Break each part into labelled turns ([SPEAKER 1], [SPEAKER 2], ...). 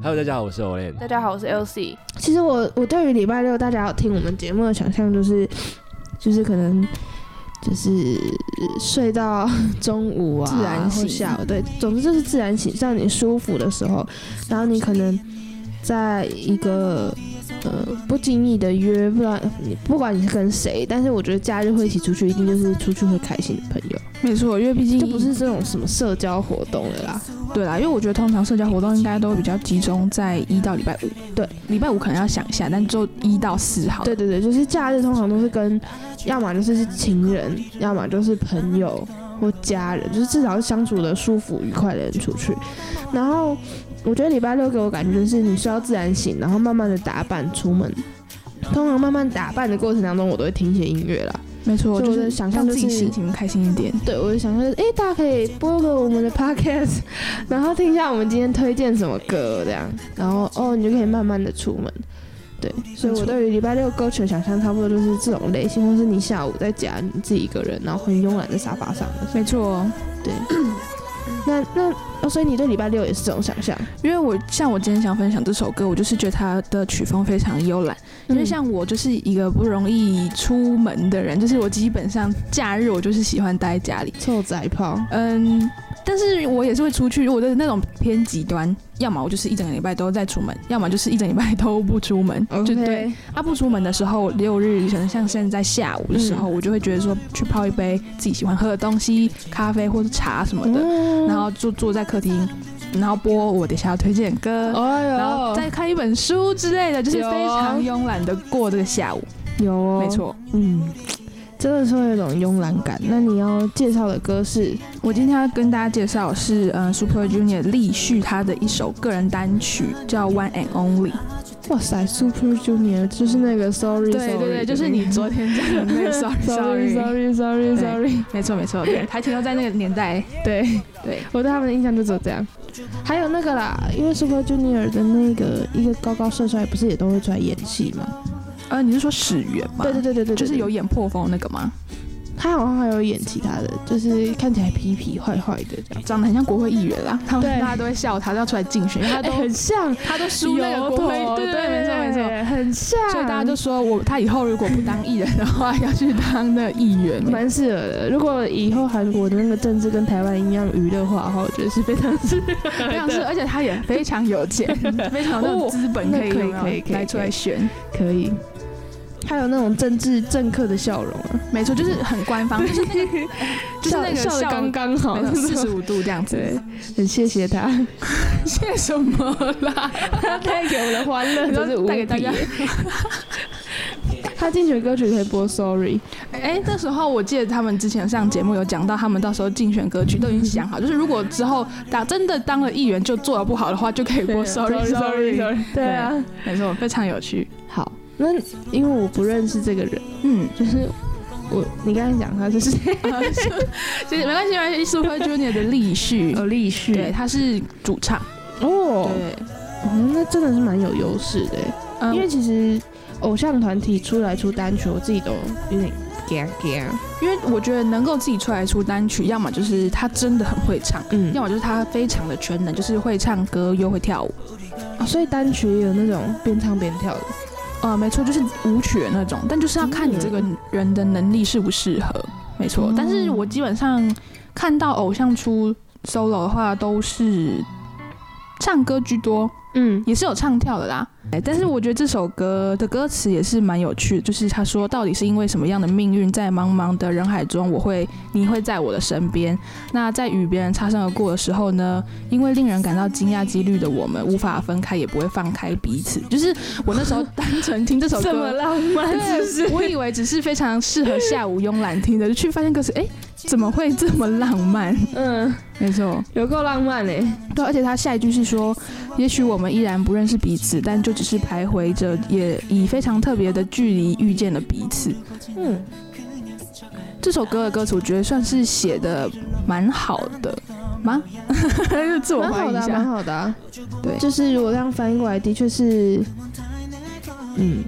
[SPEAKER 1] Hello，大家好，我是 Olen。
[SPEAKER 2] 哦大家好，我是 LC。
[SPEAKER 3] 其实我我对于礼拜六大家要听我们节目的想象就是，就是可能就是睡到中午啊，
[SPEAKER 2] 自然醒
[SPEAKER 3] 或下午，对，总之就是自然醒，让你舒服的时候，然后你可能在一个呃不经意的约，不然你不管你是跟谁，但是我觉得假日会一起出去，一定就是出去会开心的朋友，
[SPEAKER 2] 没错，因为毕竟
[SPEAKER 3] 就不是这种什么社交活动了啦。
[SPEAKER 2] 对啦，因为我觉得通常社交活动应该都比较集中在一到礼拜五。
[SPEAKER 3] 对，
[SPEAKER 2] 礼拜五可能要想一下，但就一到四好了。
[SPEAKER 3] 对对对，就是假日通常都是跟，要么就是是情人，要么就是朋友或家人，就是至少是相处的舒服愉快的人出去。然后我觉得礼拜六给我感觉就是你需要自然醒，然后慢慢的打扮出门。通常慢慢打扮的过程当中，我都会听一些音乐啦。
[SPEAKER 2] 没错，
[SPEAKER 3] 所以
[SPEAKER 2] 就
[SPEAKER 3] 我的
[SPEAKER 2] 是
[SPEAKER 3] 想象
[SPEAKER 2] 让
[SPEAKER 3] 就
[SPEAKER 2] 自
[SPEAKER 3] 是
[SPEAKER 2] 己心情开心一点。
[SPEAKER 3] 对，我就想说，哎，大家可以播个我们的 podcast，然 后听一下我们今天推荐什么歌这样，然后哦，你就可以慢慢的出门。对，所以
[SPEAKER 2] 没
[SPEAKER 3] 我
[SPEAKER 2] 错
[SPEAKER 3] 对于礼拜六歌曲的想象差不多就是这种类型，或是你下午在家你自己一个人，然后很慵懒在沙发上的时
[SPEAKER 2] 没错，
[SPEAKER 3] 候。那那哦，所以你对礼拜六也是这种想象？
[SPEAKER 2] 因为我像我今天想分享这首歌，我就是觉得它的曲风非常慵懒。
[SPEAKER 3] 嗯
[SPEAKER 2] 因为像我就是一个不容易出门的人，就是我基本上假日我就是喜欢待在家里。
[SPEAKER 3] 臭仔炮，
[SPEAKER 2] 嗯，但是我也是会出去，我的那种偏极端，要么我就是一整个礼拜都在出门，要么就是一整个礼拜都不出门。
[SPEAKER 3] 哦
[SPEAKER 2] 就对，
[SPEAKER 3] OK
[SPEAKER 2] 啊，不出门的时候，六日可能像现在下午的时
[SPEAKER 3] 嗯
[SPEAKER 2] 候，我就会觉得说去泡一杯自己喜欢喝的东西，咖啡或者茶什么的，
[SPEAKER 3] 嗯
[SPEAKER 2] 然后就坐在客厅，然后播我等一下要推荐的歌。
[SPEAKER 3] 哎呦，
[SPEAKER 2] 然后再看一本书之类的，就是
[SPEAKER 3] 有
[SPEAKER 2] 非常慵懒的过这个下午，
[SPEAKER 3] 有哦，
[SPEAKER 2] 没，错。
[SPEAKER 3] 嗯，真的是会有一种慵懒感。那你要介绍的歌是？
[SPEAKER 2] 我今天要跟大家介绍的是呃 Super Junior 立旭他的一首个人单曲叫《One and Only》。
[SPEAKER 3] 哇塞，Super Junior 就是那个 Sorry，
[SPEAKER 2] 对对对，就是你昨天 讲的那个 Sorry
[SPEAKER 3] Sorry
[SPEAKER 2] Sorry，
[SPEAKER 3] Sorry Sorry Sorry，
[SPEAKER 2] 没错没错，对，他停留在那个年代。
[SPEAKER 3] 对
[SPEAKER 2] 对，
[SPEAKER 3] 我对他们的印象就只有这样。还有那个啦，因为 Super Junior 的那个一个高高帅帅，不是也都会出来演戏吗？
[SPEAKER 2] 呃，你是说始源吗？
[SPEAKER 3] 对对对对对，
[SPEAKER 2] 就是
[SPEAKER 3] 对
[SPEAKER 2] 有演破风那个吗？
[SPEAKER 3] 他好像还有演其他的，就是看起来痞痞坏坏的这样，
[SPEAKER 2] 长得很像国会议员啦，他们
[SPEAKER 3] 对
[SPEAKER 2] 大家都会笑他，都要出来竞选，因为他
[SPEAKER 3] 哎
[SPEAKER 2] 都
[SPEAKER 3] 很 像
[SPEAKER 2] 他都输那个国
[SPEAKER 3] 油头
[SPEAKER 2] 会，对对，没错没错。
[SPEAKER 3] 对很像，
[SPEAKER 2] 所以大家就说我他以后如果不当艺人的话，要去当那议员。
[SPEAKER 3] 蛮适合的。如果以后韩国的那个政治跟台湾一样娱乐化的话，我觉得是非常适合的。
[SPEAKER 2] 非常是，而且他也非常有钱， 非常有那种资本可以
[SPEAKER 3] 哦那可以
[SPEAKER 2] 有没有
[SPEAKER 3] 可以可以
[SPEAKER 2] 来出来选。
[SPEAKER 3] 可以。还有那种政治政客的笑容啊，
[SPEAKER 2] 没错，就是很官方，就是那 个，就是那个
[SPEAKER 3] 笑的刚刚好，
[SPEAKER 2] 四十五度这样子。
[SPEAKER 3] 对，很谢谢他，
[SPEAKER 2] 谢什么啦？
[SPEAKER 3] 他 带给我们的欢乐真是无
[SPEAKER 2] 带给大
[SPEAKER 3] 比
[SPEAKER 2] 家。。
[SPEAKER 3] 他竞选歌曲可以播《Sorry》，
[SPEAKER 2] 哎，那时候我记得他们之前上节目有讲到，他们到时候竞选歌曲都已经想好，就是如果之后打真的当了议员就做的不好的话，就可以播 Sorry Sorry。
[SPEAKER 3] 对啊，
[SPEAKER 2] 没错，非常有趣。
[SPEAKER 3] 好，那因为我不认识这个人，
[SPEAKER 2] 嗯，
[SPEAKER 3] 就是我你刚才讲他 就是
[SPEAKER 2] 啊是其实没关系，没关系。Super Junior 的立旭，
[SPEAKER 3] 立旭
[SPEAKER 2] 对，他是主唱，
[SPEAKER 3] 哦，
[SPEAKER 2] 哦对，
[SPEAKER 3] 哦那真的是蛮有优势的耶，
[SPEAKER 2] 嗯
[SPEAKER 3] 因为其实偶像团体出来出单曲，我自己都有点嘎嘎，
[SPEAKER 2] 因为我觉得能够自己出来出单曲，要么就是他真的很会唱，
[SPEAKER 3] 嗯
[SPEAKER 2] 要么就是他非常的全能，就是会唱歌又会跳舞。
[SPEAKER 3] 啊，所以单曲也有那种边唱边跳的。
[SPEAKER 2] 呃，没错，就是舞曲的那种，但就是要看你这个人的能力适不适合。没错，
[SPEAKER 3] 嗯
[SPEAKER 2] 但是我基本上看到偶像出 solo 的话，都是唱歌居多，
[SPEAKER 3] 嗯，
[SPEAKER 2] 也是有唱跳的啦。哎但是我觉得这首歌的歌词也是蛮有趣的，就是他说到底是因为什么样的命运，在茫茫的人海中，我会你会在我的身边。那在与别人擦身而过的时候呢，因为令人感到惊讶几率的我们，无法分开，也不会放开彼此。就是我那时候单纯听这 首
[SPEAKER 3] 这么
[SPEAKER 2] 歌。
[SPEAKER 3] 浪漫，是不
[SPEAKER 2] 对，
[SPEAKER 3] 是？
[SPEAKER 2] 我以为只是非常适合下午慵懒听的，就去发现歌词，哎、怎么会这么浪漫？
[SPEAKER 3] 嗯，
[SPEAKER 2] 没错，
[SPEAKER 3] 有够浪漫欸嘞、
[SPEAKER 2] 对，而且他下一句是说，也许我们依然不认识彼此，但就只是徘徊着，也以非常特别的距离遇见了彼此。
[SPEAKER 3] 嗯，
[SPEAKER 2] 这首歌的歌词，我觉得算是写的蛮好的吗？ 就自我
[SPEAKER 3] 蛮
[SPEAKER 2] 怀疑
[SPEAKER 3] 好
[SPEAKER 2] 一
[SPEAKER 3] 的啊、蛮
[SPEAKER 2] 下。
[SPEAKER 3] 好的、啊。
[SPEAKER 2] 对
[SPEAKER 3] 就是如果这样翻译过来，的确是，嗯，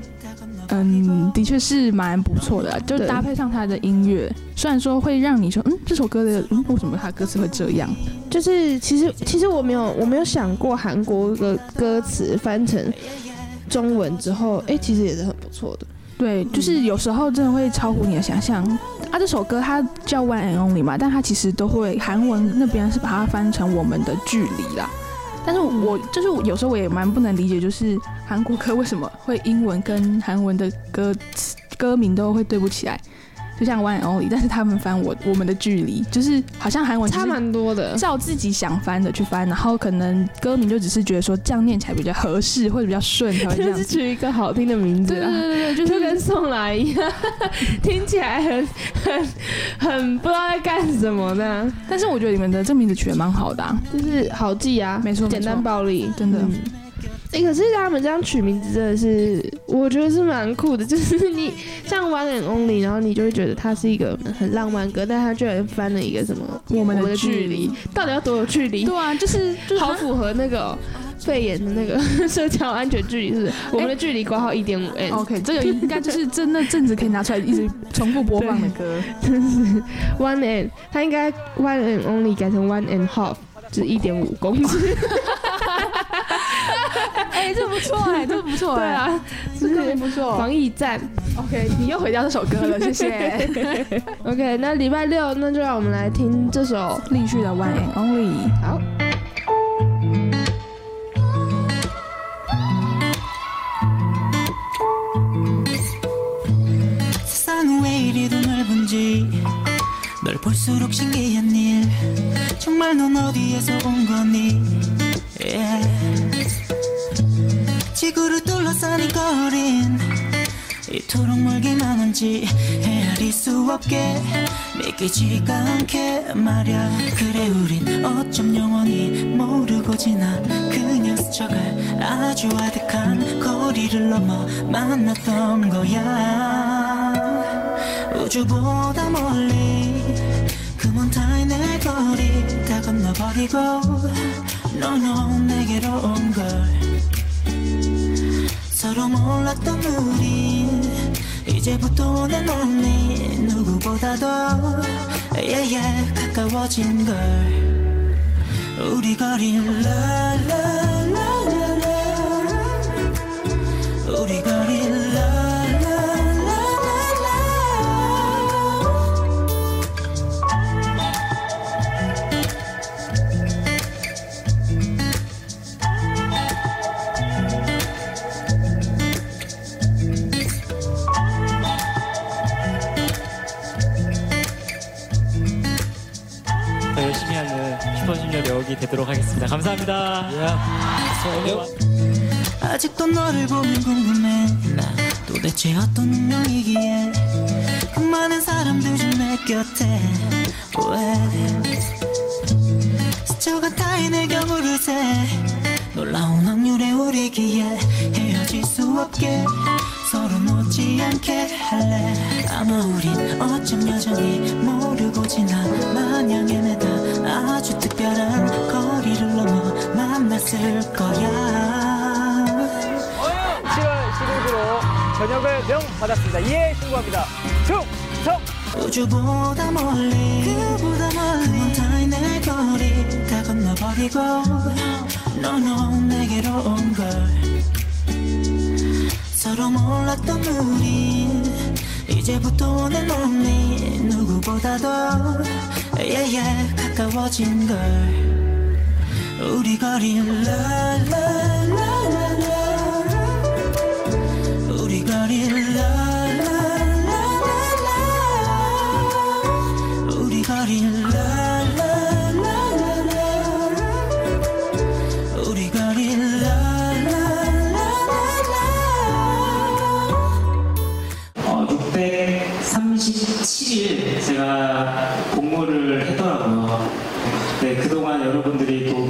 [SPEAKER 2] 嗯，的确是蛮不错的啊，就
[SPEAKER 3] 对
[SPEAKER 2] 搭配上他的音乐，虽然说会让你说，嗯，这首歌的，嗯，为什么他歌词会这样？
[SPEAKER 3] 就是其实其实我没有我没有想过韩国的歌词翻成中文之后，哎、其实也是很不错的。
[SPEAKER 2] 对，就是有时候真的会超乎你的想象。啊，这首歌它叫《One and Only》嘛，但它其实都会韩文那边是把它翻成我们的距离啦。但是我就是有时候我也蛮不能理解，就是韩国歌为什么会英文跟韩文的歌词歌名都会对不起来，就像《One and Only》，但是他们翻我我们的距离，就是好像韩文就是
[SPEAKER 3] 差蛮多的。
[SPEAKER 2] 照自己想翻的去翻，然后可能歌名就只是觉得说这样念起来比较合适，或者比较顺才会这
[SPEAKER 3] 就
[SPEAKER 2] 样
[SPEAKER 3] 是
[SPEAKER 2] 子。
[SPEAKER 3] 取一个好听的名字
[SPEAKER 2] 对对
[SPEAKER 3] 啊，
[SPEAKER 2] 对对，就
[SPEAKER 3] 就是跟宋来一样， 听起来很很很不知道在干什么呢，
[SPEAKER 2] 但是我觉得你们的这名字取得蛮好的、啊，
[SPEAKER 3] 就是好记啊，
[SPEAKER 2] 没错没错
[SPEAKER 3] 简单暴力，
[SPEAKER 2] 真的
[SPEAKER 3] 嗯哎、可是他们这样取名字真的是，我觉得是蛮酷的。 就是你像 One and Only，然后你就会觉得它是一个很浪漫歌，但它居然翻了一个什么
[SPEAKER 2] 我们的
[SPEAKER 3] 距
[SPEAKER 2] 距
[SPEAKER 3] 离
[SPEAKER 2] 离，
[SPEAKER 3] 到底要多有距离？
[SPEAKER 2] 对啊，就是就是
[SPEAKER 3] 好
[SPEAKER 2] 好，
[SPEAKER 3] 符合那个哦、肺炎的那个 社交安全距离，是不是？
[SPEAKER 2] 哎
[SPEAKER 3] 我们的距离挂号一点五 n。
[SPEAKER 2] 哦 OK，这 个应该就是真的阵子可以拿出来一直重复播放的歌。
[SPEAKER 3] One and，它应该 One and only 改成 One and half，就是一点五公尺。
[SPEAKER 2] 哎、这不错哎、这不错
[SPEAKER 3] 对
[SPEAKER 2] 哎、
[SPEAKER 3] 啊，
[SPEAKER 2] 这歌
[SPEAKER 3] 是
[SPEAKER 2] 名不错。
[SPEAKER 3] 防疫站。
[SPEAKER 2] OK，你又回到这首歌了，谢谢。
[SPEAKER 3] OK，那礼拜六，那就让我们来听这首。
[SPEAKER 2] 立旭的 One and Only。
[SPEAKER 3] 好，
[SPEAKER 1] 세상은 왜 이리도 넓은지 널 볼수록 신기한 일 정말 넌 어디에서 온 거니 yeah. 지구를 둘러싸는 거린 이토록 멀기만 한지 헤아릴 수 없게 믿기지가 않게 말야 그래 우린 어쩜 영원히 모르고 지나 그냥 스쳐갈 아주 아득한 거리를 넘어 만났던 거야 우주보다 멀리 그 먼 타인의 거리 다 건너버리고 너는 내게로 온걸 서로 몰랐던 우리 이제부터 는 언니 누구보다도 예예 가까워진 걸 우리 거린 라라라라라 우리 거린 라라라라라
[SPEAKER 4] 더 네, 열심히 하는 슈퍼주니어 려욱이 되도록 하겠습니다. 감사합니다.
[SPEAKER 5] 예.
[SPEAKER 1] 아직도 너를 보면 궁금해 나 도대체 어떤 운명이기에 그 많은 사람들 중 내 곁에 왜 스쳐간 타인의 경우를 세 놀라운 확률의 우리기에 헤어질 수 없게 서로 못지않게 할래 아마 우린 어쩜 여전히 모르고 지나 마냥 헤매다 아주 특별한 거리를 넘어 만났을 거야
[SPEAKER 6] 오늘 7월 16일로 저녁을 명 받았습니다. 이에 신고합니다. 충성!
[SPEAKER 1] 우주보다 멀리 그보다 멀리 그먼 타인의 거리 다 건너버리고 너는 내게로 온 걸 서로 몰랐던 우리 이제부터 는 언니 누구보다도 예예 가까워진 걸 우리 거린 라라라라라 우리 거릴 라라라라라 우리 거릴 라라라라라 우리 거릴 라라라라라
[SPEAKER 5] 어, 637일 제가 복무를 했더라고요. 네, 그동안 여러분들이 또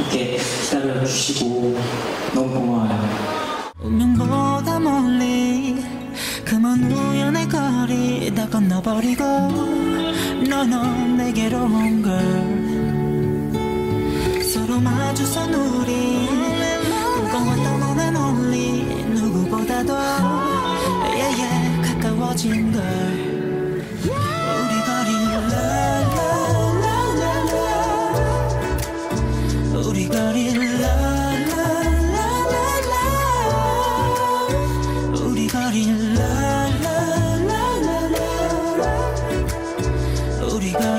[SPEAKER 5] 이렇게 기다려주시고 너무 고마워요.
[SPEAKER 1] 운명보다 멀리 그먼 우연의 거리 다 건너버리고 너는 내게로 온걸 서로 마주선 우리 꿈꿔왔던 오늘 멀리 누구보다도 예예 가까워진 걸 우리 거리 라라라라라 we go